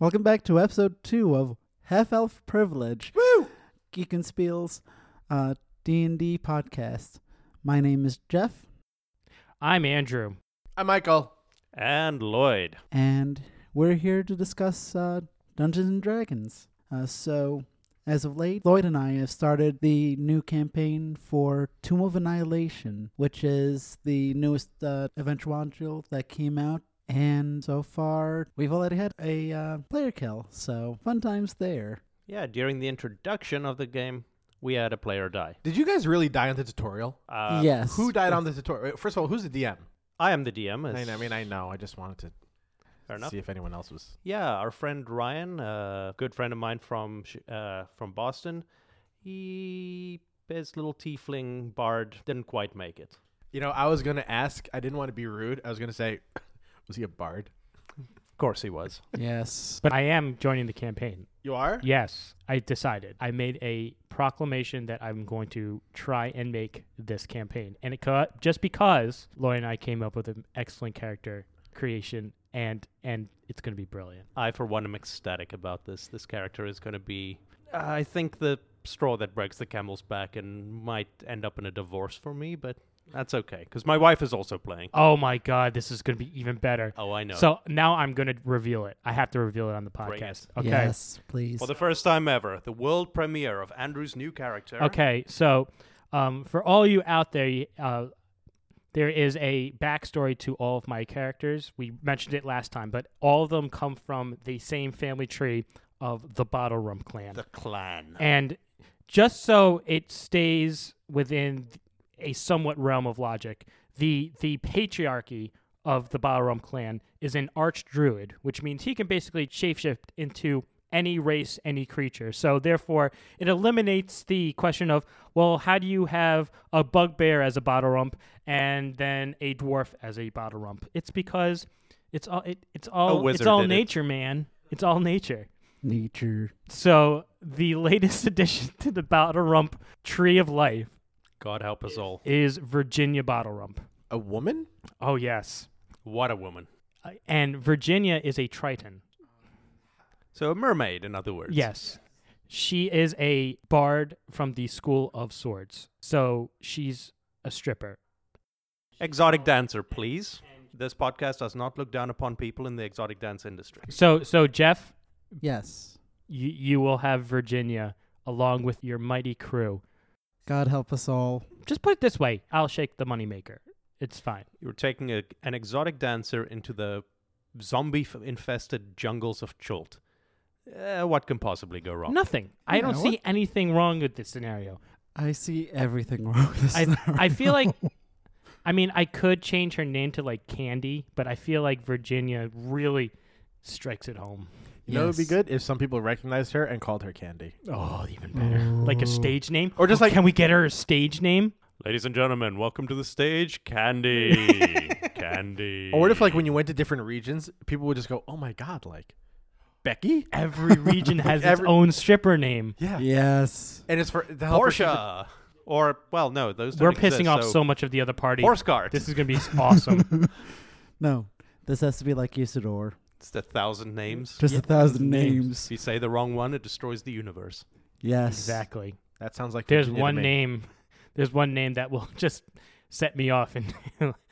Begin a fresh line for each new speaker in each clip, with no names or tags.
Welcome back to episode two of Half Elf Privilege.
Woo!
Geek and Spiel's uh, D&D podcast. My name is Jeff,
I'm Andrew.
I'm Michael.
And Lloyd.
and we're here to discuss uh, Dungeons and Dragons. Uh, so, as of late, Lloyd and I have started the new campaign for Tomb of Annihilation, which is the newest uh, adventure module that came out. And so far, we've already had a uh, player kill, so fun times there.
Yeah, during the introduction of the game, we had a player die.
Did you guys really die on the tutorial?
Uh,
yes.
Who died on the tutorial? First of all, who's the DM?
I am the DM.
I,
as-
I mean, I know. I just wanted
fair
to
enough.
see if anyone else was.
Yeah, our friend Ryan, a good friend of mine from Sh- uh, from Boston, he his little tiefling bard didn't quite make it.
You know, I was gonna ask. I didn't want to be rude. I was gonna say, was he a bard?
Of course, he was.
Yes.
But I am joining the campaign.
You are.
Yes, I decided. I made a proclamation that I'm going to try and make this campaign. And it co- just because Lloyd and I came up with an excellent character creation and and it's going to be brilliant.
I, for one, am ecstatic about this. This character is going to be, I think, the straw that breaks the camel's back and might end up in a divorce for me, but that's okay because my wife is also playing.
Oh my god, this is going to be even better.
Oh, I know.
So now I'm going to reveal it. I have to reveal it on the
Bring it.
podcast. Okay.
Yes, please.
For the first time ever, the world premiere of Andrew's new character.
Okay, so um, for all you out there, you- uh, there is a backstory to all of my characters. We mentioned it last time, but all of them come from the same family tree of the Bottle Rum clan.
The clan.
and just so it stays within a somewhat realm of logic, the the patriarchy of the Bottle Rum clan is an archdruid, which means he can basically shapeshift into any race, any creature. So therefore, it eliminates the question of, well, how do you have a bugbear as a bottle rump and then a dwarf as a bottle rump? It's because it's all it, it's all it's
wizard
all
did it.
nature, man. It's all nature.
Nature.
So the latest addition to the Bottle Rump Tree of Life
God help us all.
is Virginia Bottle Rump.
A woman?
Oh yes,
What a woman.
Uh, and Virginia is a Triton.
So a mermaid, in other words.
Yes, she is a bard from the School of Swords. So she's a stripper.
Exotic dancer, please. This podcast does not look down upon people in the exotic dance industry.
So so Jeff,
Yes.
you you will have Virginia along with your mighty crew.
God help us all.
Just put it this way: I'll shake the moneymaker. It's fine.
You're taking a, an exotic dancer into the zombie f- infested jungles of Chult. Uh, what can possibly go wrong?
Nothing. I
Yeah,
don't see anything wrong with this scenario.
I see everything wrong with this.
I I feel like
scenario.
I mean I could change her name to like Candy, but I feel like Virginia really strikes it home.
You know, it'd be
Yes.
good if some people recognized her and called her Candy.
Oh, even better. Like a stage name?
Or just
Oh,
like-
Can we get her a stage name?
Ladies and gentlemen, welcome to the stage, Candy. Candy.
Or what if, like, when you went to different regions, people would just go, "Oh my god!" Like, Becky.
Every region has
Every-
its own stripper name.
Yeah.
Yes.
And it's for to help her keep it-
Portia. Or, well, no, those don't
We're
exist,
pissing off
so
so much of the other party.
Horse guards.
This is going to be awesome.
No. This has to be like Usador.
It's the thousand names.
Just a thousand names.
If you say the wrong one, it destroys the universe.
Yes.
exactly.
That sounds like
There's
Virginia to
one
me.
name. There's one name that will just set me off in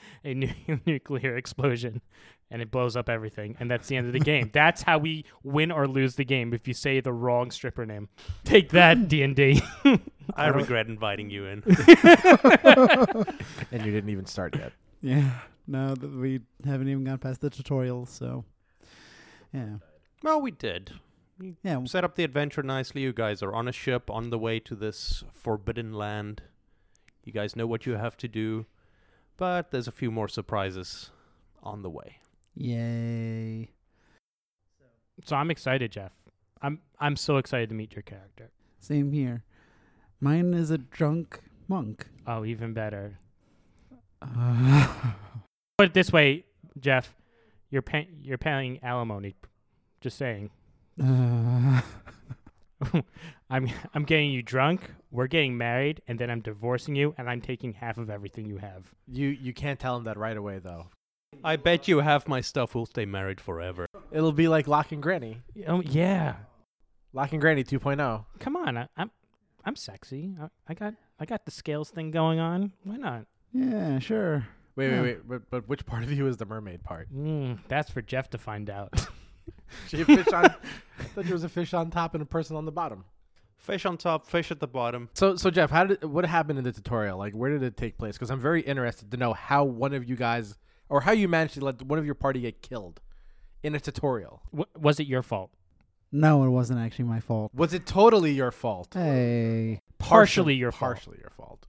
a nu- nuclear explosion, and it blows up everything, and that's the end of the game. that's how we win or lose the game if you say the wrong stripper name. Take that, D and D.
I regret inviting you in.
And you didn't even start yet.
Yeah. No, th- we haven't even gone past the tutorial, so. Yeah.
well, we did.
Yeah.
Set up the adventure nicely. You guys are on a ship on the way to this forbidden land. You guys know what you have to do, but there's a few more surprises on the way.
Yay.
so I'm excited, Jeff. I'm I'm so excited to meet your character.
Same here. Mine is a drunk monk.
Oh, even better.
Uh,
Put it this way, Jeff, you're pay- you're paying alimony. Just saying.
uh,
I'm I'm getting you drunk, we're getting married, and then I'm divorcing you and I'm taking half of everything you have.
You you can't tell him that right away though.
I bet you half my stuff will stay married forever.
It'll be like Lock and Granny.
Oh yeah,
Lock and Granny oh. 2.0.
come on. I, I'm I'm sexy. I, I got I got the scales thing going on. Why not?
Yeah, sure.
Wait,
Yeah.
wait, wait. But, but which part of you is the mermaid part?
Mm, that's for Jeff to find out.
She had fish on. I thought there was a fish on top and a person on the bottom.
Fish on top, fish at the bottom.
So, so Jeff, how did what happened in the tutorial? Like, where did it take place? Because I'm very interested to know how one of you guys or how you managed to let one of your party get killed in a tutorial.
w- was it your fault?
No, it wasn't actually my fault.
Was it totally your fault?
Hey,
Partially your fault.
partially your fault.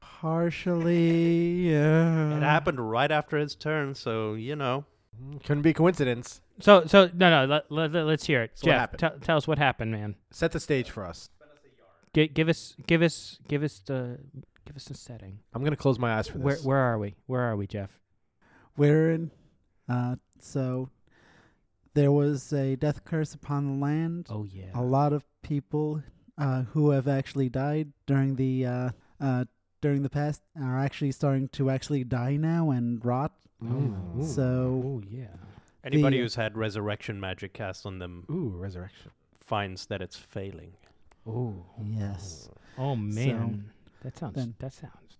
partially. Yeah.
It happened right after his turn, so you know.
Hmm, Couldn't be coincidence.
So so no no let, let, us hear it.
So what
Jeff,
happened?
tell- tell us what happened, man.
Set the stage for us.
G- give us give us give us the give us the setting.
I'm gonna close my eyes for this.
Where where are we? Where are we, Jeff?
We're in. Uh, so there was a death curse upon the land.
Oh yeah.
a lot of people uh, who have actually died during the uh, uh, during the past are actually starting to actually die now and rot.
Mm. Ooh.
So
Oh yeah.
Anybody
The-
who's had resurrection magic cast on them
Ooh, resurrection.
finds that it's failing.
Ooh.
yes,
Oh man. that sounds
then-
that sounds.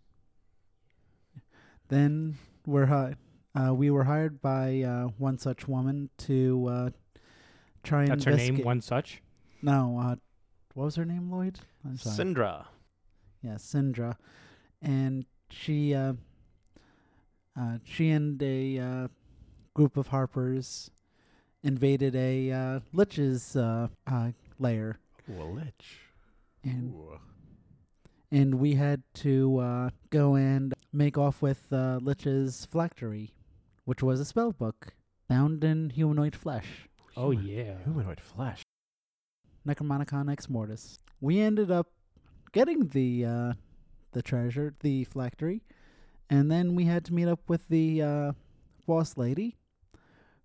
then we're hi- uh, we were hired by uh, one such woman to uh, try and
That's her name.
investigate-
One such.
No, uh, what was her name? Lloyd. I'm sorry.
Syndra.
yeah, Syndra, and she uh, uh, she and a uh, group of harpers invaded a uh, lich's uh, uh, lair,
Ooh, a lich.
and
Ooh.
and we had to uh, go and make off with uh, lich's phylactery, which was a spell book bound in humanoid flesh.
Oh yeah.
Humanoid flesh.
Necromonicon ex mortis. We ended up getting the uh, the treasure, the phylactery, and then we had to meet up with the uh, boss lady,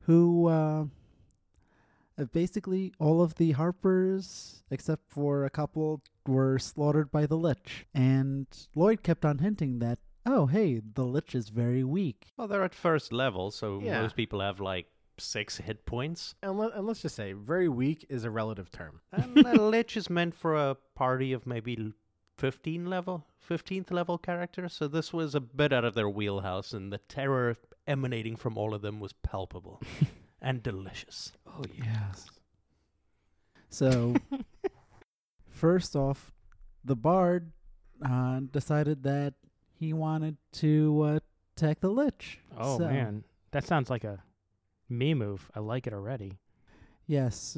who uh, uh, basically all of the Harpers except for a couple were slaughtered by the Lich, and Lloyd kept on hinting that. Oh, hey, the Lich is very weak.
Well, they're at first level, so
Yeah.
most people have like six hit points.
And, let, and let's just say, very weak is a relative term.
And a lich is meant for a party of maybe l- 15 level, 15th level characters. So this was a bit out of their wheelhouse, and the terror emanating from all of them was palpable and delicious.
Oh
Yes. So, first off, the bard uh, decided that he wanted to uh, attack the lich.
Oh
So,
man, that sounds like a me move. I like it already.
Yes,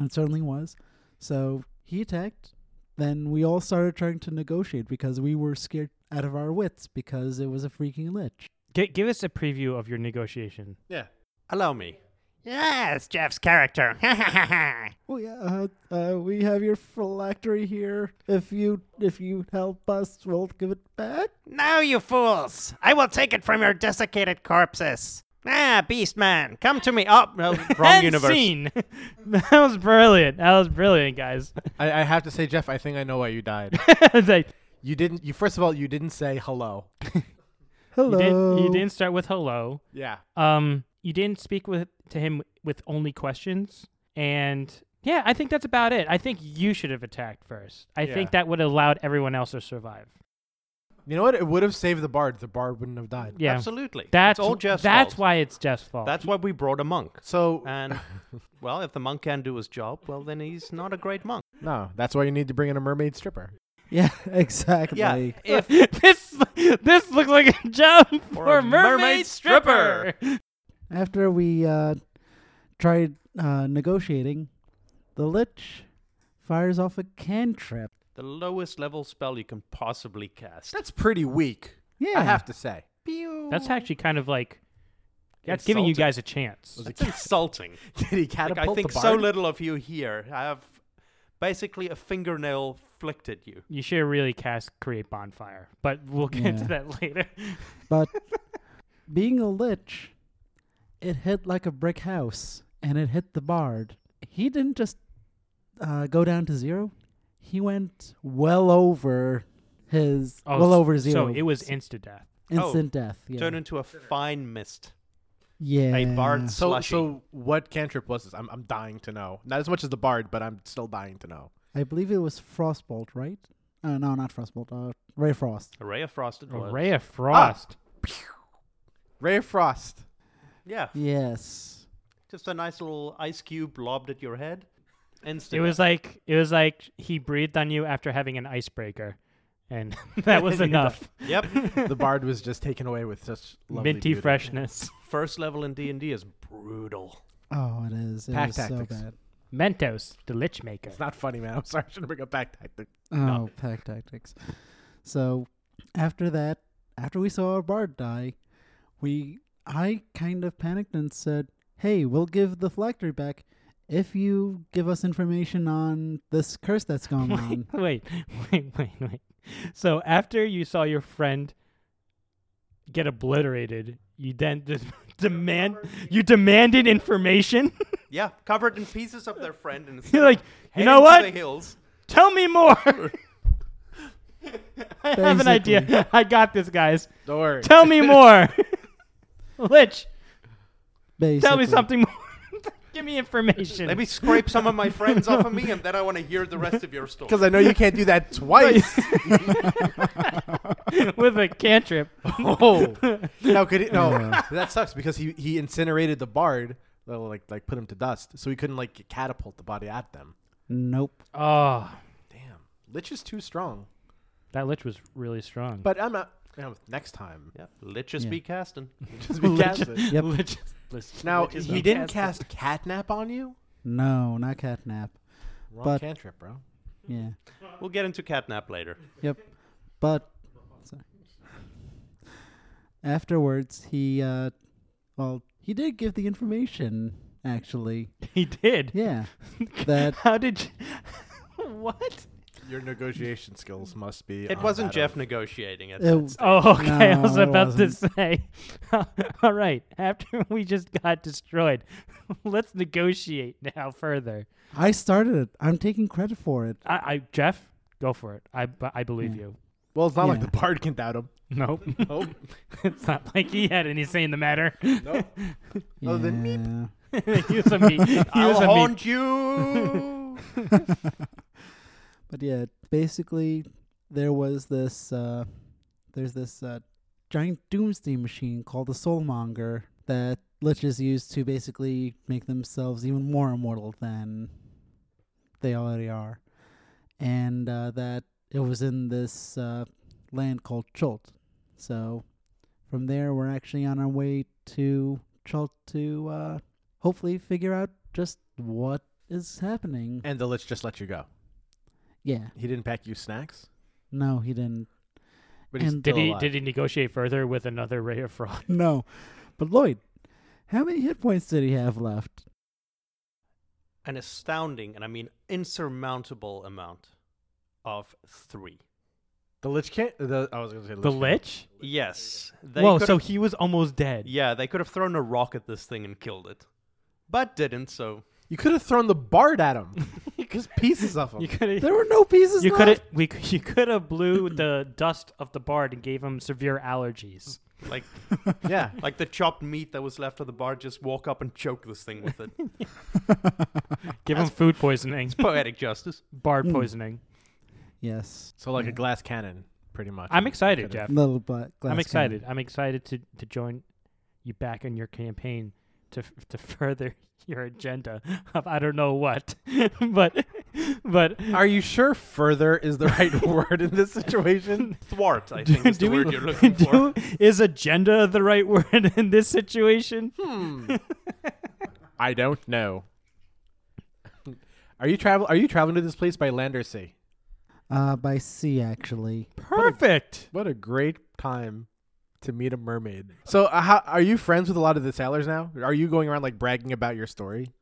it certainly was. So he attacked. Then we all started trying to negotiate because we were scared out of our wits because it was a freaking lich.
G- give us a preview of your negotiation.
Yeah.
Allow me.
Yes, Jeff's character.
Oh yeah, uh, uh, we have your phylactery here. If you if you help us, we'll give it back.
now, you fools! I will take it from your desiccated corpses. Ah, beast man, come to me.
Oh, no, wrong
End
universe.
scene. that was brilliant. That was brilliant, guys.
I, I have to say, Jeff, I think I know why you died.
It's like,
you didn't. You first of all, you didn't say hello.
Hello.
you didn't you didn't start with hello.
Yeah.
Um, you didn't speak with to him with only questions, and yeah, I think that's about it. I think you should have attacked first. I
Yeah.
think that would have allowed everyone else to survive.
You know what? It would have saved the bard. The bard wouldn't have died.
Yeah,
Absolutely.
that's
it's all Jeff's
that's
fault.
why it's Jeff's fault.
That's why we brought a monk.
So
And, well, if the monk can't do his job, well, then he's not a great monk.
no, that's why you need to bring in a mermaid stripper.
Yeah, exactly.
Yeah, if
this this looks like a job for,
a
a mermaid,
mermaid
stripper.
After we uh, tried uh, negotiating, the Lich fires off a cantrip.
the lowest level spell you can possibly cast.
That's pretty weak.
Yeah.
I have to say.
That's actually kind of like that's giving you
Insulting.
guys a chance.
It's insulting.
Did he
Like,
catapult
I think
the bard?
so little of you here have basically a fingernail flicked at you.
You should really cast create bonfire, but we'll get into
Yeah.
that later.
But being a Lich, it hit like a brick house and it hit the Bard. He didn't just uh, go down to zero, he went well over his, well
s-
over zero.
Oh,
Oh, So it was insta death.
Instant death. Yeah.
Turn oh, into a fine mist.
yeah.
A bard
So
slushy.
so what cantrip was this? I'm I'm dying to know. Not as much as the bard, but I'm still dying to know.
I believe it was Frostbolt, right? Uh, no, not Frostbolt. Uh, Ray Frost.
a ray of frosted
A
blood.
ray of frost.
Ah. Ray of Frost.
Yeah,
Yes.
just a nice little ice cube lobbed at your head. Instant.
It was like it was like he breathed on you after having an icebreaker, and that was enough.
Yep.
the bard was just taken away with such lovely
Minty
beauty.
freshness.
First level in D and D is brutal.
Oh, it is. It
Pack
is
tactics.
so bad.
Mentos, the lich maker.
It's not funny, man. I'm sorry. I shouldn't bring up back tactic.
Oh, pack tactics. So after that, after we saw our bard die, we I kind of panicked and said, "Hey, we'll give the phylactery back if you give us information on this curse that's going on."
wait, wait, wait, wait. So after you saw your friend get obliterated, you then de- demand you demanded information.
Yeah, covered in pieces of their friend, and
You're like, you know
To
what?
the hills.
Tell me more. I have an idea. I got this, guys.
Don't worry.
Tell me more. Lich,
Basically,
tell me something more. Give me information.
Let me scrape some of my friends off of me, and then I want to hear the rest of your story.
Because I know you can't do that twice.
with a cantrip.
oh, no, could it, no.
Yeah.
That sucks because he he incinerated the bard, well, like like put him to dust, so he couldn't like catapult the body at them.
Nope.
Oh,
Damn, Lich is too strong.
that lich was really strong.
But I'm not. You know, next time,
Yeah, let's just
Yeah.
be casting.
just be
Lich-
casted.
Yep.
lich, lich-
Now
lich is
he
not
didn't
casted.
cast catnap on you.
No, not catnap.
Wrong
But-
cantrip, bro.
Yeah.
We'll get into catnap later.
Yep. But sorry. afterwards, he uh, well, he did give the information. Actually,
He did.
yeah, that
How did you? what?
Your negotiation skills must be.
It
on
wasn't
that
Jeff
of-
negotiating it.
it,
Oh, okay. I
No,
was
it
about to say. All right. After we just got destroyed, let's negotiate now further.
I started it. I'm taking credit for it.
I, I Jeff, go for it. I, b- I believe
Yeah.
you.
well, it's not like
Yeah.
the bard can doubt him.
Nope.
Nope.
it's not like he had any say in the matter.
nope.
Oh,
Other than
yeah.
Use a meat. Use
I'll
a meat.
haunt you.
But yeah, basically, there was this. Uh, there's this uh, giant doomsday machine called the Soulmonger that liches use to basically make themselves even more immortal than they already are, and uh, that it was in this uh, land called Chult. So, from there, we're actually on our way to Chult to uh, hopefully figure out just what is happening.
And the Lich just let you go.
Yeah.
He didn't pack you snacks,
No, he didn't.
but he's
And
Did
still
he
alive.
did he negotiate further with another ray of fraud?
No. But Lloyd, how many hit points did he have left?
An astounding, and I mean insurmountable amount of three.
The Lich can't. The, I was gonna say
The lich?
Yes. They
Whoa!
could
So he was almost dead.
Yeah, they could have thrown a rock at this thing and killed it, but didn't. So
You could have thrown the bard at him. Just pieces of
You
him.
could have
There were no pieces
you
left.
could have we c- you could have blew the dust of the bard and gave him severe allergies.
like,
Yeah.
like the chopped meat that was left of the bar, just walk up and choke this thing with it.
Give him food poisoning,
Poetic justice.
bard
Mm.
poisoning.
Yes.
So like
Yeah.
a glass cannon, pretty much.
I'm
You
excited,
could've-
Jeff.
Little but
I'm excited. I'm excited to to join you back in your campaign to f- to further your agenda of I don't know what, but but
Are you sure "further" is the right word in this situation?
Thwart, I think, is the
do we-
word you're looking
do,
for.
is agenda the right word in this situation?
Hmm. I don't know. Are you travel? Are you traveling to this place by land or sea?
Uh, by sea, actually.
Perfect.
What a great time to meet a mermaid. So, uh, how, are you friends with a lot of the sailors now? Are you going around like bragging about your story?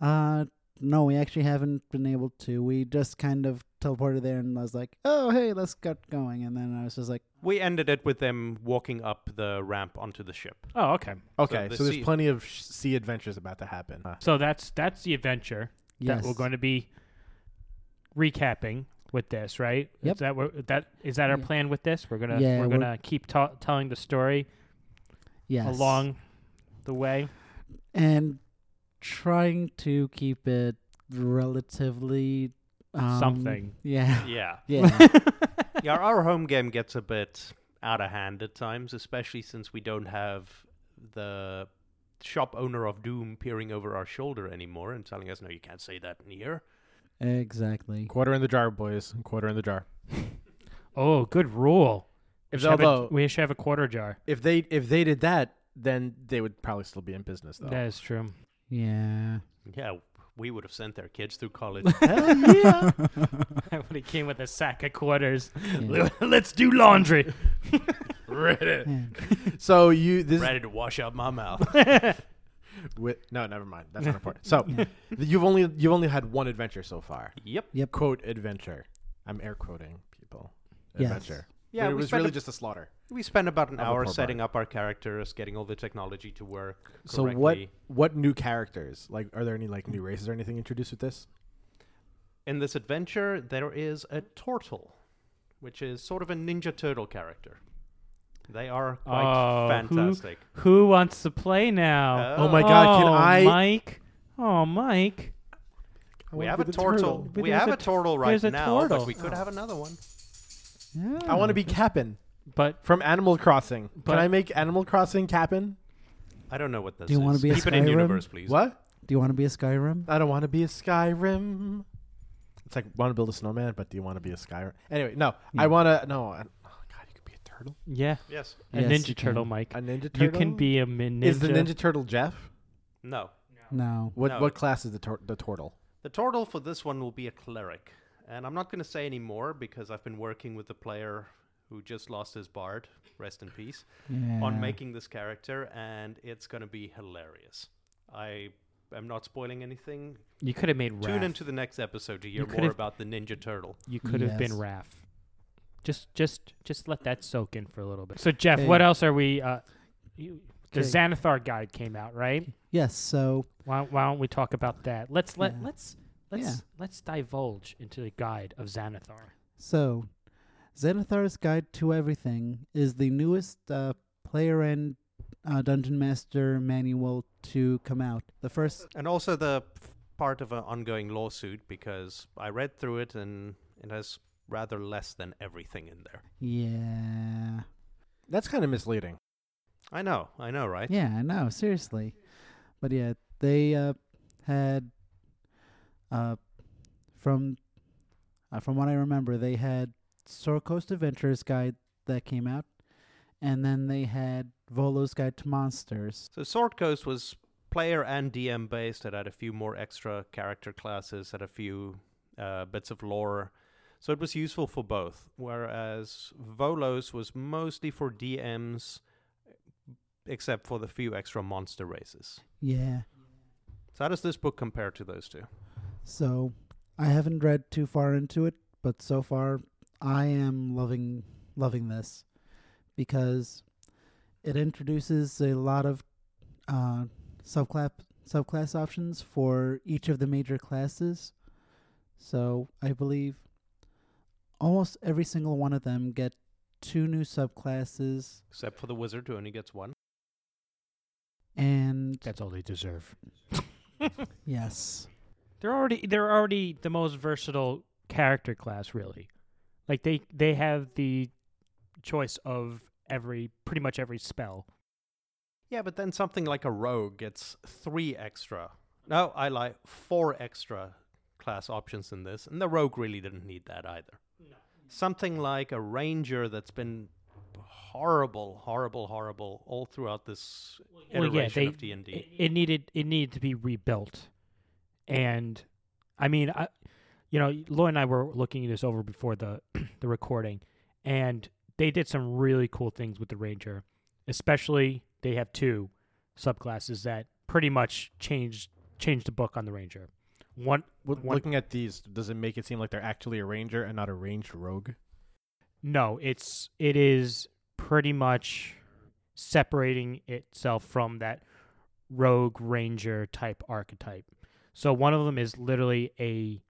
Uh, no, we actually haven't been able to. We just kind of teleported there and I was like, oh, hey, let's get going. And then I was just like,
We ended it with them walking up the ramp onto the ship.
Oh, okay.
Okay,
the
so, there's
sea-
plenty of sh- sea adventures about to happen. Uh,
So that's that's the adventure.
yes.
that we're going to be recapping. with this, right?
Yep.
Is that what, that is that our
Yeah.
plan with this? We're gonna
Yeah,
we're
we're-
gonna keep ta- telling the story
Yes.
along the way.
and trying to keep it relatively um,
Something.
Yeah.
Yeah.
Yeah.
yeah, our home game gets a bit out of hand at times, especially since we don't have the shop owner of Doom peering over our shoulder anymore and telling us, no, you can't say that in here.
exactly.
Quarter in the jar, boys. Quarter in the jar.
Oh, good rule.
If
we, should have a-
although
we should have a quarter jar.
if they if they did that, then they would probably still be in business though.
That is true.
Yeah.
Yeah, we would have sent their kids through college.
Hell yeah! when he came with a sack of quarters,
Yeah.
let's do laundry.
ready,
Yeah.
so you this
ready to wash out my mouth.
wi- no, never mind. That's not important. So th- you've only you've only had one adventure so far.
yep.
Quote adventure. I'm air quoting people.
Yes.
Adventure.
Yeah,
But it
we
was
spent
really
a-
just a slaughter.
We spent about an
Of a
hour
poor
setting up our characters, getting all the technology to work. Correctly.
So what what new characters? Like are there any like new races or anything introduced with this?
In this adventure, there is a turtle, which is sort of a Ninja Turtle character. They are quite
Oh, who-
fantastic.
Who wants to play now?
Oh my god, can
Oh,
I-
Mike? Oh, Mike.
I
We
wanna
have
be
a
the
turtle.
But
We
there's
have
a
a turtle right
there's a
now,
turtle.
but we could have another one.
I want to be Cap'n
But
from Animal Crossing.
But-
Can I make Animal Crossing Cap'n?
I don't know what this
Do you
is.
wanna be a
Keep it in
Skyrim?
universe, please.
What?
Do you want to be a Skyrim?
I don't want to be a Skyrim. It's like want to build a snowman, but do you want to be a Skyrim? Anyway, no, I
Yeah.
want to. No, I, oh god, you could be a turtle,
yeah,
Yes.
a
Yes,
Ninja
you can.
Turtle, Mike.
a ninja turtle.
You can be a min- ninja.
Is the ninja turtle Jeff?
No.
No.
What
No.
what class is the tur- the turtle?
The turtle for this one will be a cleric. And I'm not going to say any more because I've been working with the player who just lost his bard, rest in peace,
Yeah.
on making this character, and it's going to be hilarious. I am not spoiling anything.
You could have made Raph.
Tune into the next episode to hear more
could've-
about the Ninja Turtle.
you could have been
Yes.
Raph. Just, just, just let that soak in for a little bit. So Jeff,
Hey.
what else are we? Uh, you, the
Okay.
Xanathar guide came out, right?
Yes. So
Why, why don't we talk about that? Let's let
Yeah.
let's let's
Yeah.
let's divulge into the guide of Xanathar.
So, Xanathar's Guide to Everything is the newest uh, player and uh, dungeon master manual to come out. The first,
And also the f- part of an ongoing lawsuit because I read through it and it has rather less than everything in there.
yeah,
That's kind of misleading.
I know, I know, right?
yeah, I know, seriously, but yeah, they uh, had uh, from uh, from what I remember, they had Sword Coast Adventures Guide that came out, and then they had Volo's Guide to Monsters.
So Sword Coast was player and DM based. It had a few more extra character classes, had a few uh, bits of lore. So it was useful for both. Whereas Volos was mostly for DMs, except for the few extra monster races.
Yeah.
So how does this book compare to those two?
So I haven't read too far into it, but so far I am loving loving this because it introduces a lot of uh, subclass subclass options for each of the major classes. So I believe almost every single one of them get two new subclasses
Except for the wizard who only gets one.
and
That's all they deserve.
yes
They're already they're already the most versatile character class, really. Like they they have the choice of every pretty much every spell.
Yeah, but then something like a rogue gets three extra. No, I lie, four extra class options in this, and the rogue really didn't need that either. Something like a ranger that's been horrible, horrible, horrible all throughout this
Well,
iteration
yeah, they-
of D and
It,
D.
it needed it needed to be rebuilt, and I mean, I, you know, Lloyd and I were looking this over before the the recording, and they did some really cool things with the ranger, especially they have two subclasses that pretty much changed changed the book on the ranger. One
What,
One-
looking at these, does it make it seem like they're actually a ranger and not a ranged rogue?
No, it's it is pretty much separating itself from that rogue ranger type archetype. So one of them is literally a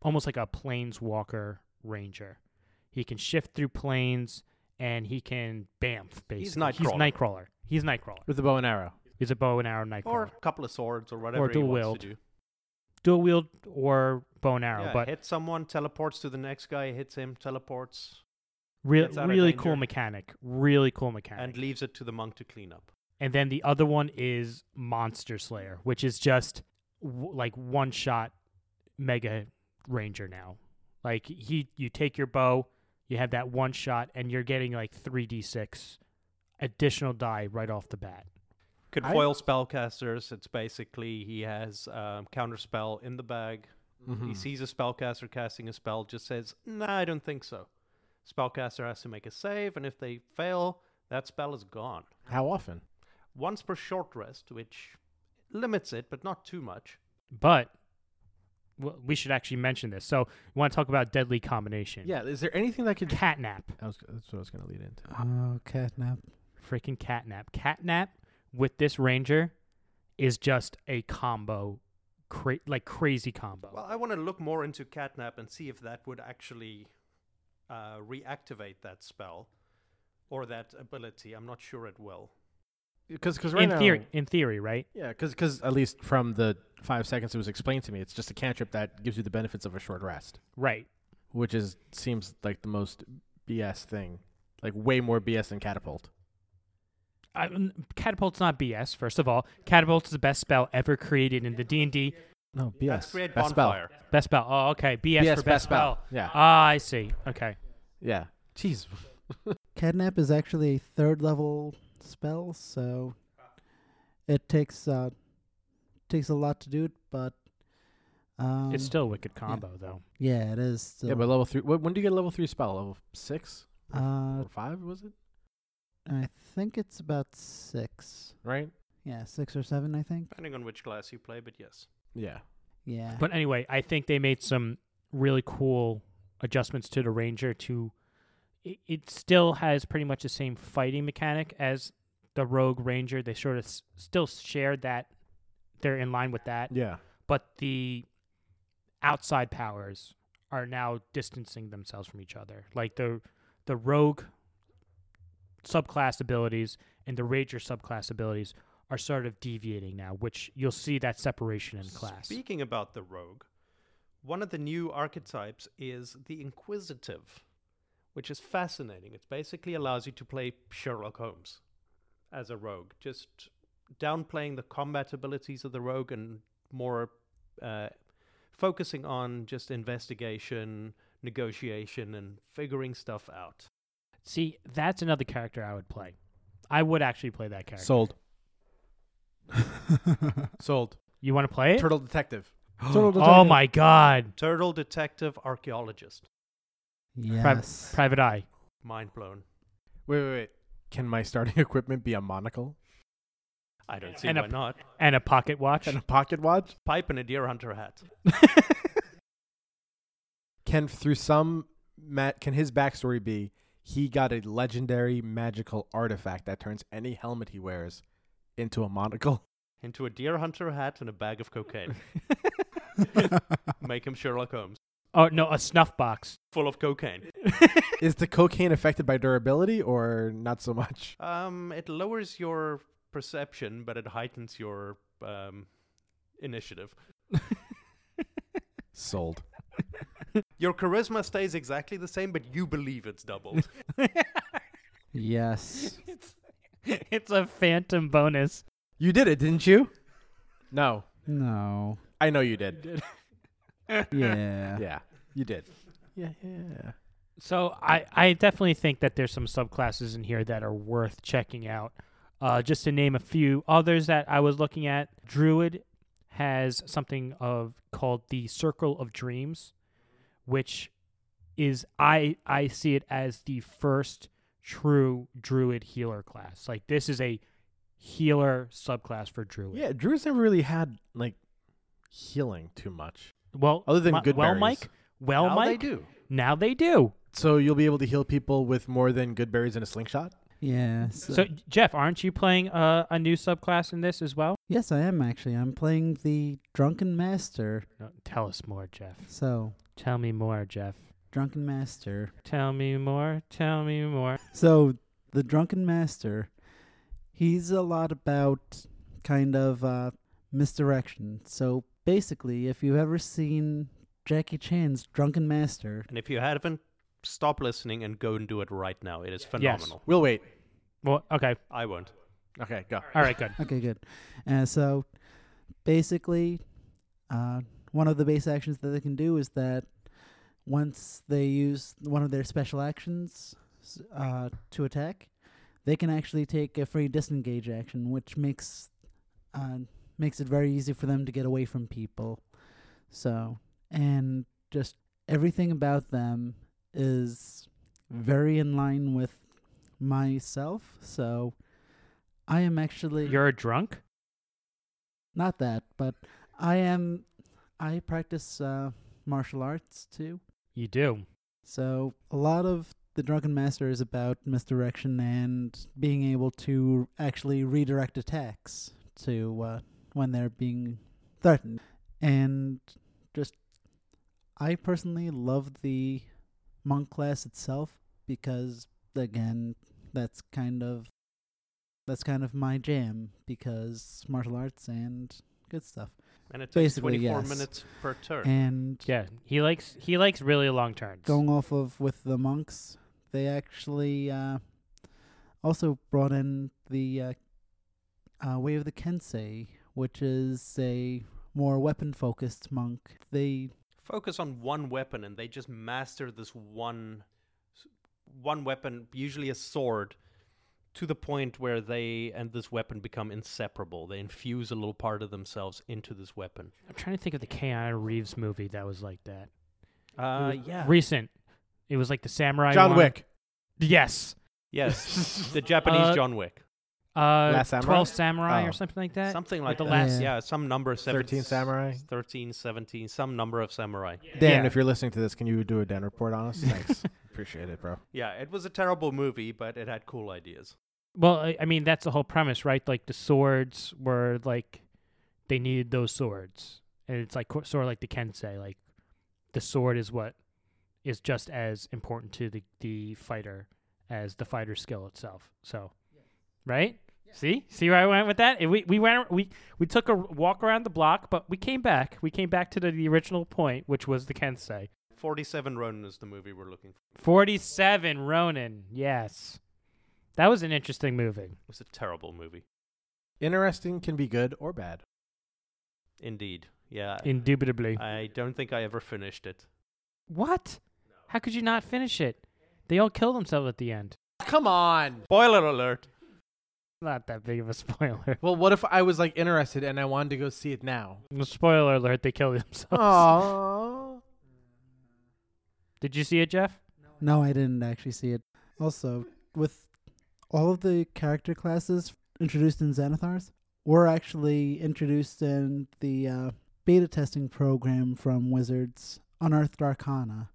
almost like a planeswalker ranger. He can shift through planes and he can bamf basically.
He's
He's
Nightcrawler.
Nightcrawler. He's Nightcrawler.
with the bow and arrow.
He's a bow and arrow Nightcrawler.
Or a couple of swords or whatever he
dual
wants
wield.
to do.
dual wield or bow and arrow,
yeah,
but
hit someone, teleports to the next guy, hits him, teleports,
re-
gets out of
really cool
danger.
mechanic. Really cool mechanic.
and leaves it to the monk to clean up.
And then the other one is Monster Slayer, which is just w- like one shot Mega Ranger now. Like he, you take your bow, you have that one shot, and you're getting like three d six additional die right off the bat.
Could
I-
foil spellcasters. It's basically he has um, counter spell in the bag.
Mm-hmm.
He sees a spellcaster casting a spell, just says, "Nah, I don't think so." Spellcaster has to make a save, and if they fail, that spell is gone.
How often?
Once per short rest, which limits it, but not too much.
But w- we should actually mention this. So, you want to talk about deadly combination?
Yeah. Is there anything that could?
catnap.
I was, that's what I was going to lead into.
Oh, catnap.
freaking catnap. Catnap with this ranger is just a combo, cra- like crazy combo.
Well, I want to look more into catnap and see if that would actually uh, reactivate that spell or that ability. I'm not sure it will.
Because right
in
now,
theory, in theory, right?
yeah, because at least from the five seconds it was explained to me, it's just a cantrip that gives you the benefits of a short rest,
Right.
which is seems like the most BS thing, like way more BS than catapult.
I, n- catapult's not BS. First of all, catapult's the best spell ever created in the D and D.
No BS.
Let's create
Best spell.
bonfire.
Best spell. Oh, okay.
BS,
BS for best,
best
spell.
spell. Yeah.
Ah, I see. Okay.
Yeah. Jeez.
Catnap is actually a third level spell, so it takes uh takes a lot to do it, but um,
it's still a wicked combo though.
yeah, it is still.
Yeah, but level three. What, when do you get a level three spell? Level six
uh,
or five? Was it
I think it's about six.
right?
Yeah, six or seven, I think.
Depending on which class you play, but yes.
Yeah.
Yeah,
But anyway, I think they made some really cool adjustments to the Ranger to it, it still has pretty much the same fighting mechanic as the Rogue Ranger. They sort of s- still shared that they're in line with that,
Yeah.
but the outside powers are now distancing themselves from each other. Like the the Rogue subclass abilities and the Ranger subclass abilities are sort of deviating now, which you'll see that separation in class.
Speaking about the rogue, one of the new archetypes is the inquisitive, which is fascinating. It basically allows you to play Sherlock Holmes as a rogue, just downplaying the combat abilities of the rogue and more uh, focusing on just investigation, negotiation, and figuring stuff out.
See, that's another character I would play. I would actually play that character.
Sold. Sold.
you want to play it?
Turtle Eh? detective.
Total
oh
detective.
my god.
Turtle detective archaeologist.
Pri-
yes,
Private Eye.
Mind blown.
Wait, wait, wait. Can my starting equipment be a monocle
I don't see
And a
why not.
And a pocket watch.
and a pocket watch?
Pipe and a deer hunter hat.
Can through some ma- can his backstory be he got a legendary magical artifact that turns any helmet he wears into a monocle?
into a deer hunter hat and a bag of cocaine. Make him Sherlock Holmes,
oh no, a snuff box.
full of cocaine.
Is the cocaine affected by durability or not so much?
Um, it lowers your perception, but it heightens your um, initiative.
Sold.
Your charisma stays exactly the same, but you believe it's doubled.
yes.
it's a phantom bonus.
You did it, didn't you? No.
No.
I know you did.
Yeah.
Yeah, you did. Yeah, yeah.
So I, I definitely think that there's some subclasses in here that are worth checking out. Uh, just to name a few others that I was looking at, Druid has something of called the Circle of Dreams, which is I I see it as the first true Druid healer class. Like this is a healer subclass for Druid.
Yeah, Drew's never really had like healing too much.
Well,
Other than
Mi-
good
well,
berries.
Mike.
Oh,
Well,
Now
Mike.
they do.
Now they do.
So you'll be able to heal people with more than good berries and a slingshot?
Yeah. So,
So Jeff, aren't you playing uh, a new subclass in this as well?
yes, I am actually. I'm playing the drunken master.
No, tell us more, Jeff.
So
Tell me more, Jeff.
Drunken Master
Tell me more. Tell me more.
So the drunken master, he's a lot about kind of uh, misdirection. So basically, if you've ever seen Jackie Chan's Drunken Master,
And if you haven't, stop listening and go and do it right now. It is phenomenal.
We'll wait.
Well, okay.
I won't.
Okay, go.
All right, good.
okay, good. And so basically, uh, one of the base actions that they can do is that once they use one of their special actions s- uh, to attack, they can actually take a free disengage action, which makes uh, makes it very easy for them to get away from people. So and just everything about them is very in line with myself. So I am actually
You're a drunk?
not that, but I am. I practice uh, martial arts too,
You do.
so a lot of the drunken master is about misdirection and being able to actually redirect attacks to uh, when they're being threatened, and just I personally love the monk class itself because again, that's kind of that's kind of my jam because martial arts and good stuff.
And it takes
Basically,
24
yes.
minutes per turn.
And
Yeah. He likes he likes really long turns.
going off of with the monks, they actually uh, also brought in the uh, uh, way of the Kensei, which is a more weapon focused monk. They
Focus on one weapon and they just master this one one weapon, usually a sword, to the point where they and this weapon become inseparable. They infuse a little part of themselves into this weapon.
I'm trying to think of the Keanu Reeves movie that was like that.
Uh,
It was
yeah.
Recent. It was like the samurai.
John
one.
Wick.
Yes.
yes. the Japanese
Uh,
John Wick.
Uh,
Last Samurai?
Twelve Samurai
Oh.
or something like that.
Something
Or
like
the
that.
last-
yeah, some number seven,
13 Samurai?
13, 17, some number of samurai.
Dan,
Yeah.
if you're listening to this, can you do a Dan report on us? Thanks. Appreciate it, bro.
Yeah, it was a terrible movie, but it had cool ideas.
Well, I, I mean that's the whole premise, right? Like the swords were like they needed those swords, and it's like co- sort of like the kensei, like the sword is what is just as important to the the fighter as the fighter skill itself. So, right? See, see where I went with that? And We we went we we took a walk around the block, but we came back. We came back to the, the original point, which was the kensei.
47 Ronin is the movie we're looking for.
Forty-seven Ronin, yes, that was an interesting movie.
It was a terrible movie.
Interesting can be good or bad.
Indeed. Yeah.
Indubitably.
I don't think I ever finished it.
What? How could you not finish it? They all kill themselves at the end.
Come on.
Spoiler alert.
Not that big of a spoiler.
Well, what if I was like interested and I wanted to go see it now?
Spoiler alert, they kill themselves.
Aww.
Did you see it, Jeff?
no, I didn't actually see it. Also, with all of the character classes introduced in Xanathars, were actually introduced in the uh, beta testing program from Wizards Unearthed Arcana.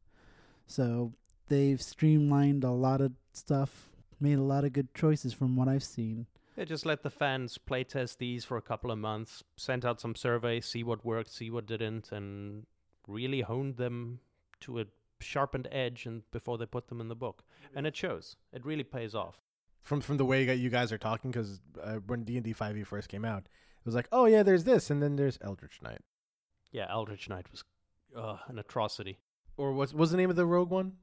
So they've streamlined a lot of stuff, made a lot of good choices from what I've seen.
Yeah, just let the fans playtest these for a couple of months, sent out some surveys, see what worked, see what didn't, and really honed them to a sharpened edge and before they put them in the book. And it shows. It really pays off.
From from the way that you guys are talking, because uh, when D and D five e first came out, it was like, oh yeah, there's this, and then there's Eldritch Knight,
Yeah, Eldritch Knight was uh, an atrocity.
or what's what's the name of the Rogue one?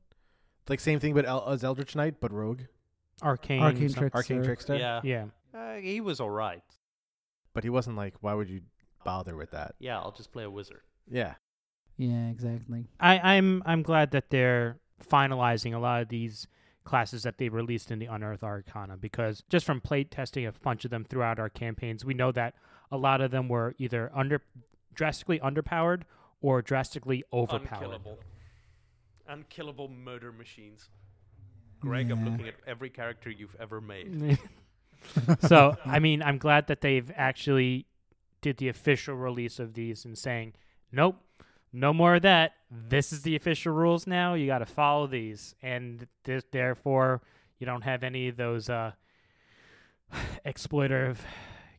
It's like same thing, but El- as Eldritch Knight, but Rogue,
Arcane.
Arcane
some-
Trickster.
Arcane Trickster.
Yeah.
Yeah.
Uh, he was all right.
But he wasn't like, why would you bother with that?
Yeah, I'll just play a wizard.
Yeah.
Yeah, exactly.
I, I'm I'm glad that they're finalizing a lot of these classes that they released in the Unearth Arcana because just from plate testing a bunch of them throughout our campaigns, we know that a lot of them were either under drastically underpowered or drastically overpowered.
Unkillable. Unkillable murder machines. Greg, I'm
Yeah.
looking at every character you've ever made.
so I mean, I'm glad that they've actually did the official release of these and saying, nope, no more of that. This is the official rules now. You got to follow these, and th- therefore you don't have any of those uh, exploitive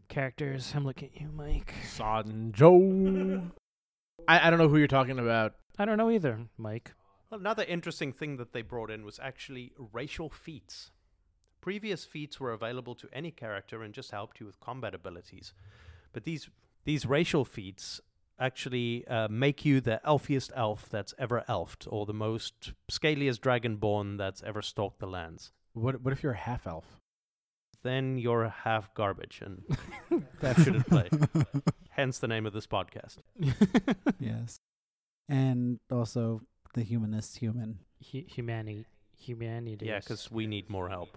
characters. I'm looking at you, Mike.
Sodden Joe. I, I don't know who you're talking about
I don't know either, Mike.
Another interesting thing that they brought in was actually racial feats. Previous feats were available to any character and just helped you with combat abilities, but these these racial feats actually uh, make you the elfiest elf that's ever elfed, or the most scaliest dragonborn that's ever stalked the lands.
What What if you're a half elf?
Then you're half garbage, and that shouldn't play. Hence the name of this podcast.
yes. And also the humanist human.
Hu- humanity, humanity.
Yeah, because we need more help.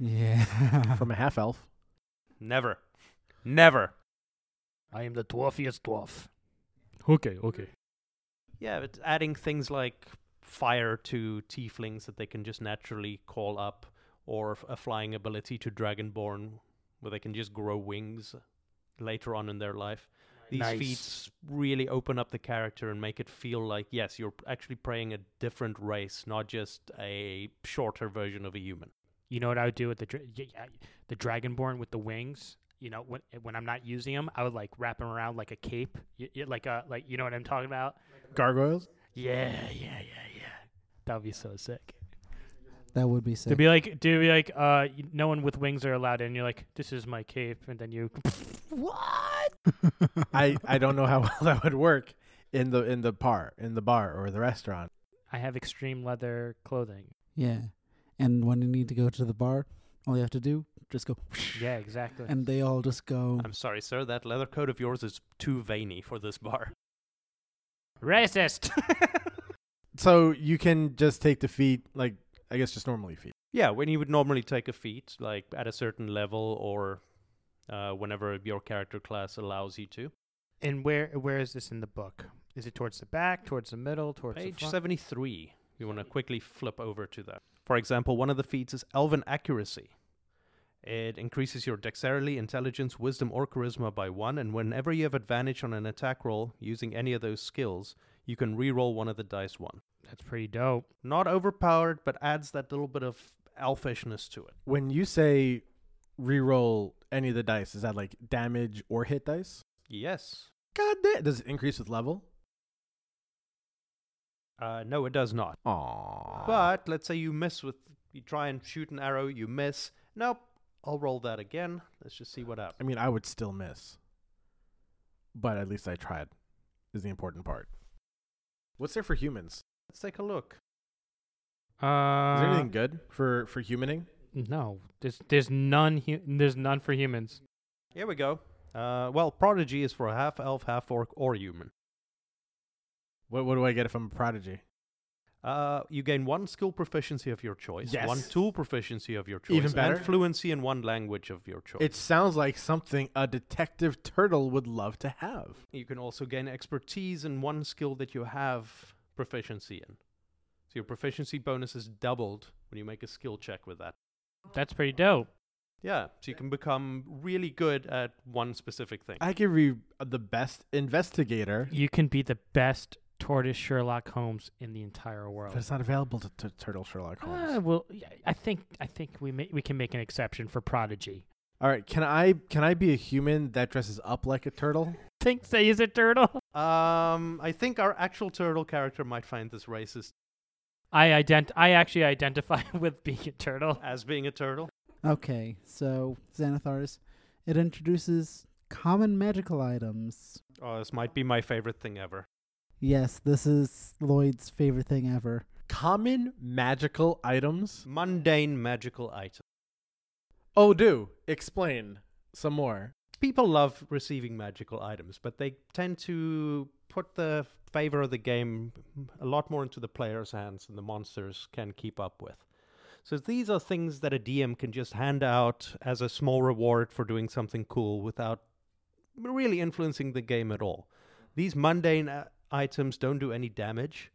Yeah.
From a half elf.
Never, never.
I am the dwarfiest dwarf. Okay, okay.
Yeah, but adding things like fire to tieflings that they can just naturally call up, or f- a flying ability to dragonborn where they can just grow wings later on in their life. These
Nice.
feats really open up the character and make it feel like, yes, you're actually playing a different race, not just a shorter version of a human.
You know what I would do with the dra- y- y- the dragonborn with the wings? You know, when when I'm not using them, I would like wrap them around like a cape, y- y- like a like you know what I'm talking about?
Gargoyles.
Yeah, yeah, yeah, yeah. That would be so sick.
that would be sick.
To be like, to be like, uh, y- no one with wings are allowed in. You're like, this is my cape, and then you, what?
I I don't know how well that would work in the in the bar in the bar or the restaurant.
I have extreme leather clothing.
yeah. And when you need to go to the bar, all you have to do, just go.
Yeah, exactly.
And they all just go.
I'm sorry, sir, that leather coat of yours is too veiny for this bar.
Racist.
So you can just take the feet like I guess just normally feet.
Yeah, when you would normally take a feat, like at a certain level or uh, whenever your character class allows you to.
and where where is this in the book? Is it towards the back, towards the middle, towards the
Page
front?
73. You want to quickly flip over to that. For example, one of the feats is Elven Accuracy. It increases your dexterity, intelligence, wisdom, or charisma by one, and whenever you have advantage on an attack roll using any of those skills, you can re-roll one of the dice one.
That's pretty dope.
Not overpowered, but adds that little bit of elfishness to it.
When you say re-roll any of the dice, is that like damage or hit dice?
Yes.
God damn! Does it increase with level?
Uh, no, it does not.
Aww.
But let's say you miss with you try and shoot an arrow, you miss. Nope. I'll roll that again. Let's just see what
I
happens.
mean, I would still miss. But at least I tried. Is the important part. What's there for humans?
Let's take a look.
Uh,
Is there anything good for for humaning?
No, there's there's none. Hu- there's none for humans.
Here we go. Uh, well, prodigy is for a half elf, half orc, or human.
What what do I get if I'm a prodigy?
Uh, you gain one skill proficiency of your choice,
Yes.
one tool proficiency of your choice,
Even better.
and fluency in one language of your choice.
It sounds like something a detective turtle would love to have.
you can also gain expertise in one skill that you have proficiency in. So your proficiency bonus is doubled when you make a skill check with that.
That's pretty dope.
Yeah, so you can become really good at one specific thing.
I could be the best investigator,
You can be the best tortoise Sherlock Holmes in the entire world.
but it's not available to, to Turtle Sherlock Holmes.
Ah, well, yeah, I think I think we may, we can make an exception for Prodigy.
All right, can I can I be a human that dresses up like a turtle?
Think say he's a turtle.
Um, I think our actual turtle character might find this racist
I ident I actually identify with being a turtle.
as being a turtle.
Okay, so Xanathars, it introduces common magical items.
Oh, this might be my favorite thing ever.
Yes, this is Lloyd's favorite thing ever.
Common magical items.
Mundane magical item.
Oh, do explain some more.
People love receiving magical items, but they tend to put the favor of the game a lot more into the player's hands than the monsters can keep up with. So these are things that a DM can just hand out as a small reward for doing something cool without really influencing the game at all. These mundane uh, items don't do any damage,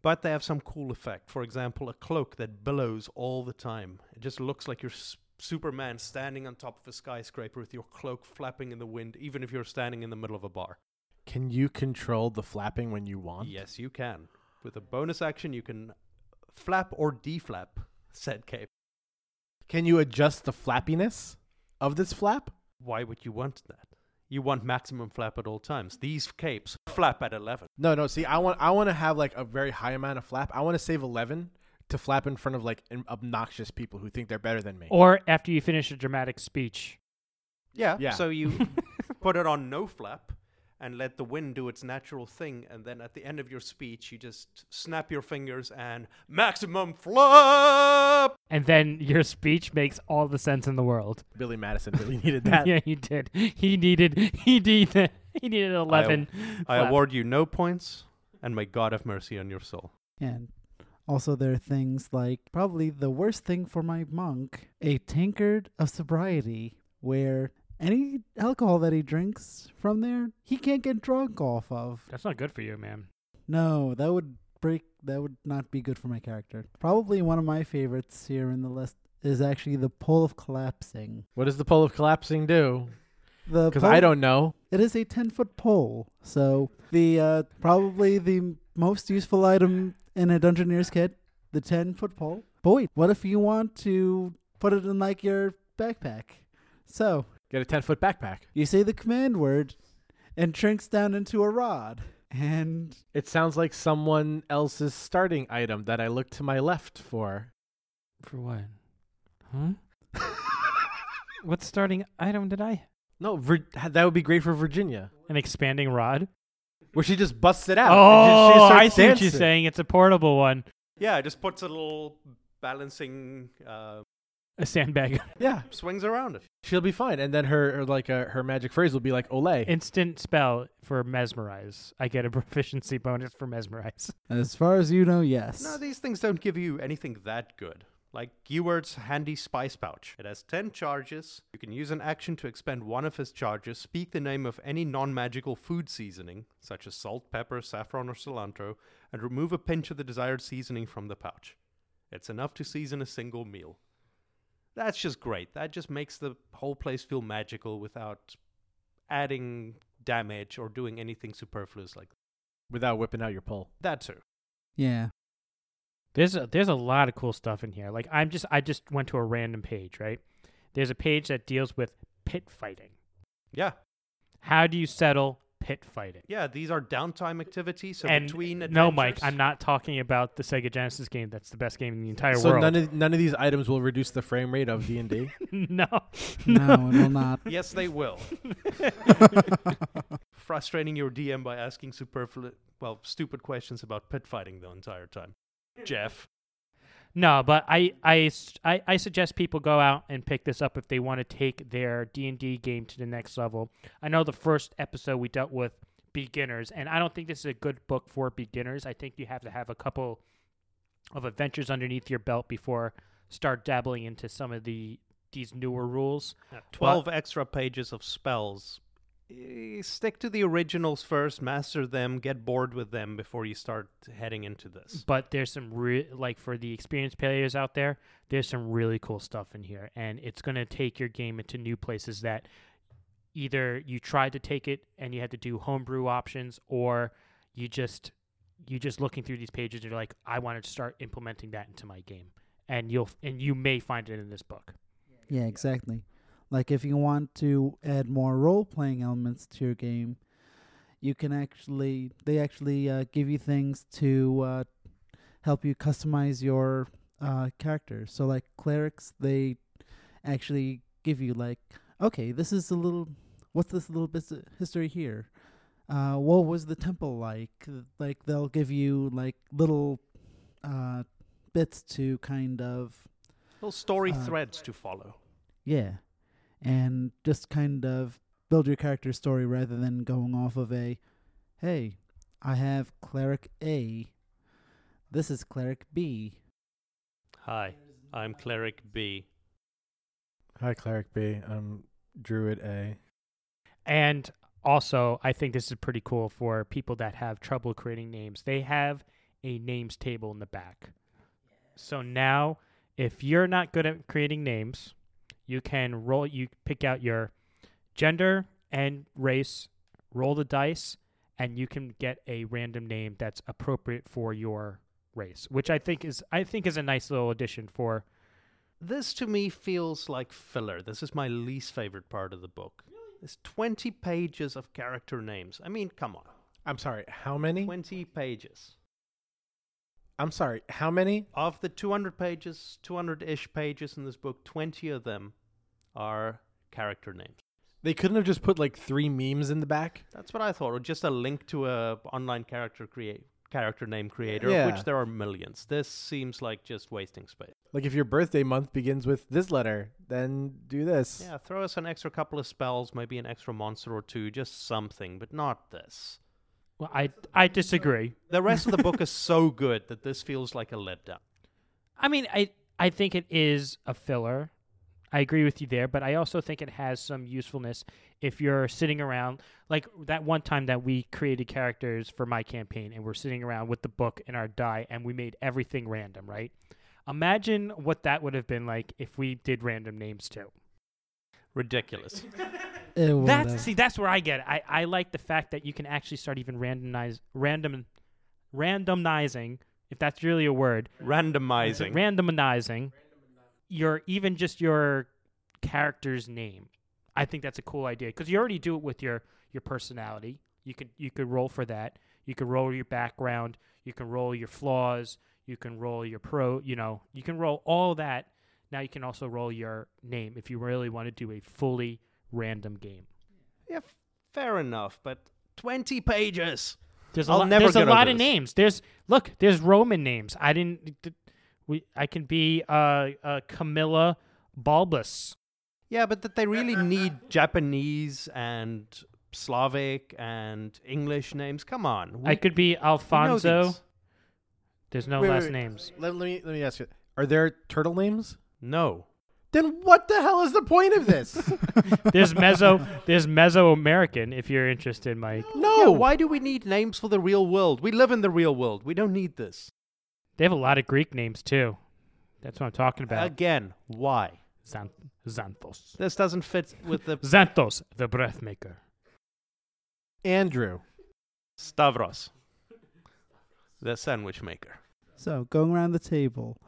but they have some cool effect. For example, a cloak that billows all the time. It just looks like you're s- Superman standing on top of a skyscraper with your cloak flapping in the wind, even if you're standing in the middle of a bar.
Can you control the flapping when you want?
Yes, you can. With a bonus action, you can flap or deflap said cape.
Can you adjust the flappiness of this flap?
Why would you want that? You want maximum flap at all times. These capes flap at 11.
No, no. See, I want I want to have like a very high amount of flap. I want to save eleven to flap in front of like in- obnoxious people who think they're better than me.
Or after you finish a dramatic speech.
Yeah.
Yeah.
So you put it on no flap and let the wind do its natural thing. And then at the end of your speech, you just snap your fingers and maximum flap.
And then your speech makes all the sense in the world.
Billy Madison really needed that.
yeah, you did. He needed. He needed. He needed eleven.
I
flap.
award you no points, and may God have mercy on your soul.
And also, there are things like probably the worst thing for my monk a tankard of sobriety, where any alcohol that he drinks from there, he can't get drunk off of.
That's not good for you, man.
No, that would break, that would not be good for my character. Probably one of my favorites here in the list is actually the pole of collapsing.
What does the pole of collapsing do?
The
Because
pole-
I don't know.
It is a ten foot pole, so the uh, probably the most useful item in a dungeoneer's kit, the ten foot pole. But wait, what if you want to put it in like your backpack? So
Get a ten foot backpack.
you say the command word, and shrinks down into a rod, and
It sounds like someone else's starting item that I look to my left for.
For what? Huh? what starting item did I?
No, Vir- that would be great for Virginia,
An expanding rod.
where she just busts it out.
Oh,
and
I
she- she starts
see what you're
dancing.
saying. It's a portable one.
Yeah, it just puts a little balancing uh,
A sandbag.
Yeah,
swings around it.
she'll be fine. And then her, her like uh, her magic phrase will be like "Olay."
Instant spell for mesmerize. I get a proficiency bonus for mesmerize.
as far as you know, yes.
No, these things don't give you anything that good. Like Geward's handy spice pouch. It has 10 charges. You can use an action to expend one of his charges, speak the name of any non magical food seasoning, such as salt, pepper, saffron, or cilantro, and remove a pinch of the desired seasoning from the pouch. It's enough to season a single meal. That's just great. That just makes the whole place feel magical without adding damage or doing anything superfluous like
without whipping out your pole.
that, too.
yeah,
There's a, there's a lot of cool stuff in here. Like I'm just I just went to a random page, right? There's a page that deals with pit fighting.
Yeah,
How do you settle pit fighting?
Yeah, these are downtime activities. So
and uh,
between
no, Mike,
adventures-
I'm not talking about the Sega Genesis game. That's the best game in the entire
so
world.
none of none of these items will reduce the frame rate of D and D.
no,
no, it will not.
Yes, they will. Frustrating your DM by asking superfluous, well, stupid questions about pit fighting the entire time. Jeff,
No, but I, I, s- I- I suggest people go out and pick this up if they want to take their D and D game to the next level. I know the first episode we dealt with beginners, and I don't think this is a good book for beginners. I think you have to have a couple of adventures underneath your belt before start dabbling into some of the these newer rules.
twelve extra pages of spells. Eh, Stick to the originals first, master them, get bored with them before you start heading into this.
but there's some re- like for the experienced players out there there's some really cool stuff in here and it's going to take your game into new places that either you tried to take it and you had to do homebrew options or you just you just looking through these pages and you're like i want to start implementing that into my game and you'll and you may find it in this book
Yeah, exactly. Like if you want to add more role playing elements to your game, you can actually they actually uh, give you things to uh, help you customize your uh, character. So like clerics, they actually give you like, okay, this is a little, what's this little bit of history here? Uh, what was the temple like? Like they'll give you like little uh, bits to kind of
Little story
Uh,
threads to follow.
yeah. And just kind of build your character story rather than going off of a, hey, I have cleric A. This is cleric B.
Hi, I'm Cleric B.
Hi, cleric B. I'm druid A.
And also, I think this is pretty cool for people that have trouble creating names. They have a names table in the back. So now, if you're not good at creating names, you can roll, you pick out your gender and race, roll the dice, and you can get a random name that's appropriate for your race, which I think is I think is a nice little addition for
This to me feels like filler. This is my least favorite part of the book. There's 20 pages of character names. I mean, come on.
I'm sorry. How many?
20 pages.
I'm sorry. How many?
Of the 200 pages, 200 ish pages in this book, 20 of them are character names.
They couldn't have just put like three memes in the back.
That's what I thought, or just a link to a online character create character name creator, of
Yeah.
which there are millions. This seems like just wasting space.
Like if your birthday month begins with this letter, then do this.
Yeah, throw us an extra couple of spells, maybe an extra monster or two, just something, but not this.
Well, I I disagree.
The rest of the book is so good that this feels like a letdown.
I mean, I I think it is a filler. I agree with you there, but I also think it has some usefulness if you're sitting around like that one time that we created characters for my campaign and we're sitting around with the book in our die and we made everything random, right? Imagine what that would have been like if we did random names too.
Ridiculous.
It would
That's
have-
see, that's where I get. It. I I like the fact that you can actually start even randomize random randomizing if that's really a word
Randomizing.
randomizing your even just your character's name. I think that's a cool idea because you already do it with your your personality. You could you could roll for that. You could roll your background. You can roll your flaws. You can roll your pro. You know you can roll all that. Now you can also roll your name if you really want to do a fully random game.
yeah, f- fair enough, but 20 pages.
There's a
I'll
lot.
never
There's a
get
lot
over
of
this.
names. There's look. There's Roman names. I didn't. th- We I can be uh, uh Camilla Balbus.
Yeah, but that they really need Japanese and Slavic and English names. Come on. we-
I could be
we know
Alfonso.
these.
There's no
Wait, wait,
last
wait.
names.
Let, let me let me ask you. Are there turtle names?
No.
Then what the hell is the point of this?
There's Meso. There's Mesoamerican. If you're interested, Mike.
no.
Yeah, why do we need names for the real world? We live in the real world. We don't need this.
They have a lot of Greek names too. That's what I'm talking about.
Again, why?
Xan- Xanthos.
This doesn't fit with the
Xanthos, the breath maker.
Andrew.
Stavros, the sandwich maker.
So going around the table,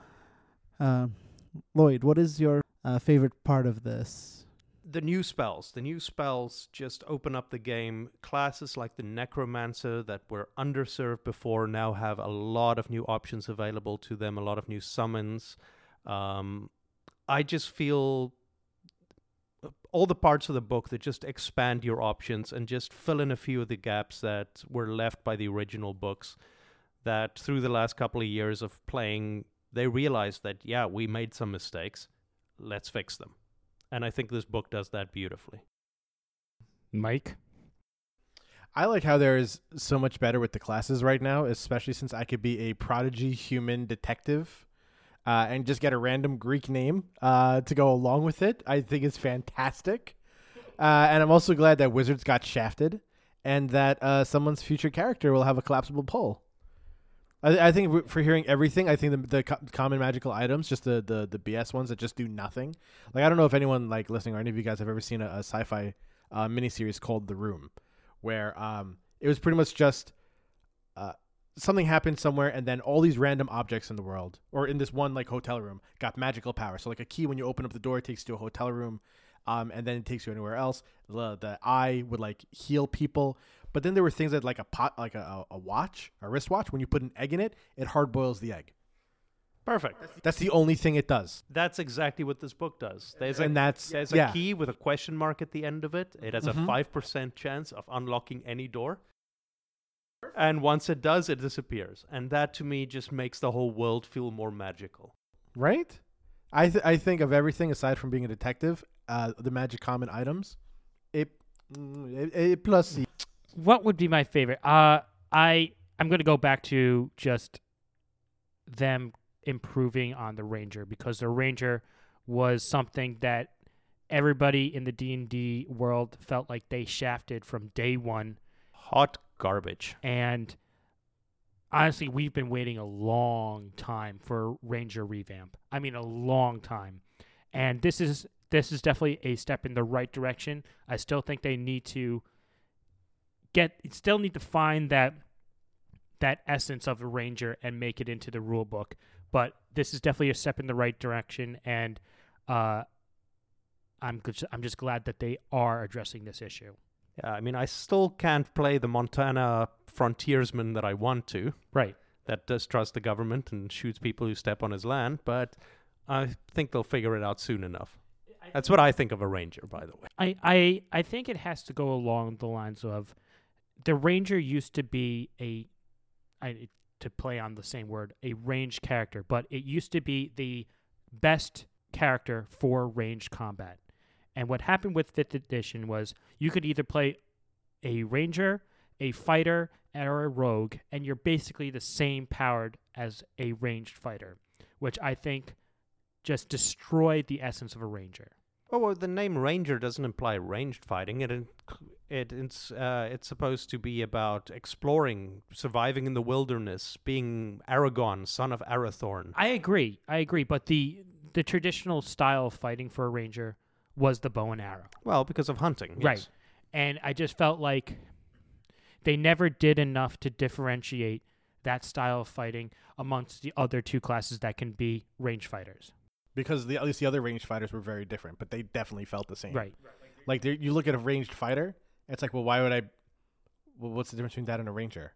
um, Lloyd, what is your uh, favorite part of this?
The new spells. The new spells just open up the game. Classes like the Necromancer that were underserved before now have a lot of new options available to them, a lot of new summons. Um, I just feel uh, all the parts of the book that just expand your options and just fill in a few of the gaps that were left by the original books that through the last couple of years of playing they realized that yeah we made some mistakes let's fix them and i think this book does that beautifully
Mike.
I like how there is so much better with the classes right now, especially since I could be a prodigy human detective uh, and just get a random Greek name uh, to go along with it. I think it's fantastic. Uh, and I'm also glad that Wizards got shafted and that uh, someone's future character will have a collapsible pole. I, I think w- for hearing everything, I think the, the co- common magical items, just the, the, the BS ones that just do nothing. Like, I don't know if anyone like listening or any of you guys have ever seen a, a sci fi uh, miniseries called The Room where um, it was pretty much just uh, something happened somewhere, and then all these random objects in the world or in this one like hotel room got magical power. So like a key, when you open up the door, it takes you to a hotel room, um, and then it takes you anywhere else. The the eye would like heal people. But then there were things that like a pot, like a, a watch, a wristwatch. When you put an egg in it, it hard boils the egg.
perfect
That's the only thing it does.
that's exactly what this book does there's a,
And that's-
there's a
yeah. Mm-hmm.
key with a question mark at the end of it it has a 5% chance of unlocking any door and once it does it disappears and that to me just makes the whole world feel more magical
right? I th- I think of everything aside from being a detective, uh, the magic common items, it, mm, a, a plus C.
What would be my favorite? Uh, I I'm gonna go back to just them improving on the ranger because the ranger was something that everybody in the D&D world felt like they shafted from day 1
hot garbage
and honestly we've been waiting a long time for ranger revamp i mean a long time and this is this is definitely a step in the right direction i still think they need to get still need to find that that essence of a ranger and make it into the rule book but this is definitely a step in the right direction and uh I'm good, I'm just glad that they are addressing this issue.
Yeah, I mean, I still can't play the Montana frontiersman that I want to,
Right.
that distrusts the government and shoots people who step on his land, but I think they'll figure it out soon enough. That's what I think of a ranger, by the way.
I, I I think it has to go along the lines of the ranger used to be a I to play on the same word a ranged character, but it used to be the best character for ranged combat. And what happened with fifth edition was you could either play a ranger, a fighter, or a rogue, and you're basically the same powered as a ranged fighter, which I think just destroyed the essence of a ranger.
Oh, well, the name ranger doesn't imply ranged fighting. It, inc- it it's uh, it's supposed to be about exploring, surviving in the wilderness, being Aragon, son of Arathorn.
I agree. I agree. But the the traditional style of fighting for a ranger was the bow and arrow,
Well, because of hunting, yes.
right? And I just felt like they never did enough to differentiate that style of fighting amongst the other two classes that can be range fighters.
because the, at least the other ranged fighters were very different, but they definitely felt the same.
Right.
Like there- you look at a ranged fighter, it's like, well, why would I? Well, what's the difference between that and a ranger?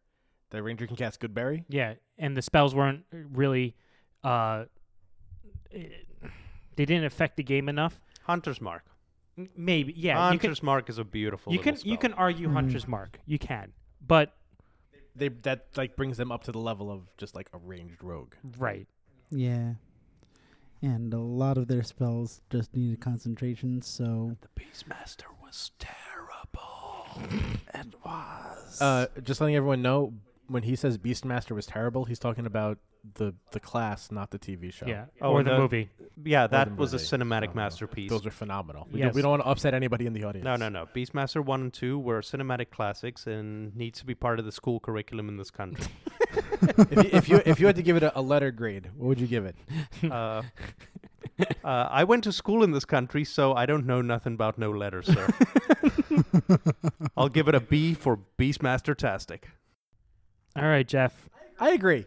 The ranger can cast Goodberry.
Yeah, and the spells weren't really uh it- they didn't affect the game enough.
Hunter's Mark.
M- Maybe. Yeah, you can
Hunter's Mark is a beautiful
you
little
can you
spell.
can argue
Mm-hmm.
hunter's mark. You can. But
They that like brings them up to the level of just like a ranged rogue.
right.
Yeah. And a lot of their spells just needed concentration, so
The Beastmaster was terrible.
it was.
Uh, just letting everyone know when he says Beastmaster was terrible, he's talking about the the class, not the TV show.
Yeah.
Oh,
or
and
the
the-
movie.
Yeah, that
the
was a
movie.
cinematic
Oh,
masterpiece.
Those are phenomenal. We,
Yes.
don't, we don't want to upset anybody in the audience.
No, no, no. Beastmaster 1 and 2 were cinematic classics and needs to be part of the school curriculum in this country.
if, you, if you if you had to give it a, a letter grade, what would you give it?
uh, uh, I went to school in this country, so I don't know nothing about no letters, sir. I'll give it a B for Beastmaster Tastic.
All right, Jeff.
I agree.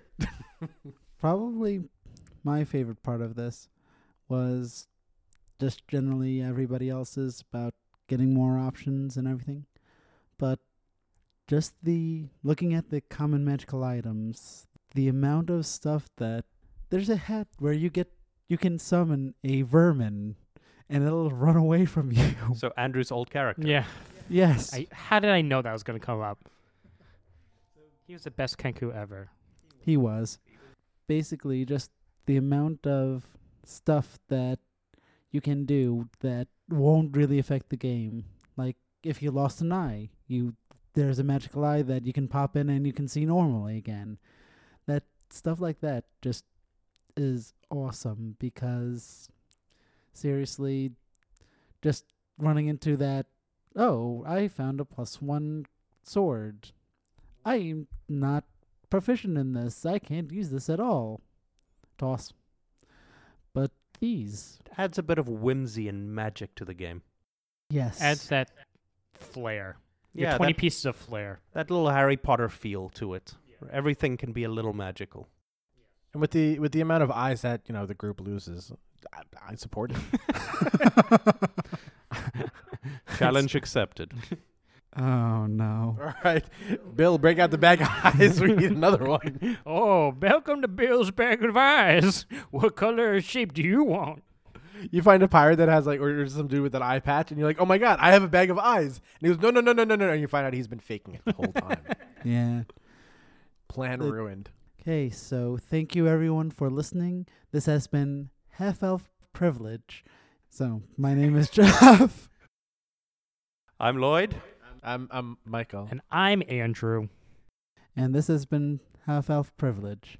probably my favorite part of this was just generally everybody else's about getting more options and everything. But just the looking at the common magical items, the amount of stuff that there's a hat where you get you can summon a vermin and it'll run away from you.
So Andrew's old character.
Yeah.
yes.
I, how did I know that was going to come up? He was the best Kenku ever.
He was. Basically, just the amount of stuff that you can do that won't really affect the game. Like if you lost an eye, you there's a magical eye that you can pop in and you can see normally again. That stuff like that just is awesome because seriously just running into that oh, I found a plus 1 sword. I'm not proficient in this. I can't use this at all. Toss. But these.
Adds a bit of whimsy and magic to the game.
Yes.
Adds that flair. Your
Yeah,
20
that,
pieces of flair.
that little Harry Potter feel to it. Everything can be a little magical.
And with the with the amount of eyes that you know the group loses, I, I support it.
Challenge accepted.
oh no.
All right, Bill, break out the bag of eyes. We need another one.
Oh, welcome to Bill's Bag of Eyes. What color sheep do you want?
You find a pirate that has like, or or some dude with an eye patch, and you're like, oh my god, I have a bag of eyes. And he goes, no, no, no, no, no, no. And you find out he's been faking it the whole time.
Yeah.
Plan
The-
ruined.
Okay, so thank you everyone for listening. This has been Half Elf Privilege. So my name is Jeff.
I'm Lloyd.
I'm I'm Michael.
And I'm Andrew.
And this has been Half Elf Privilege.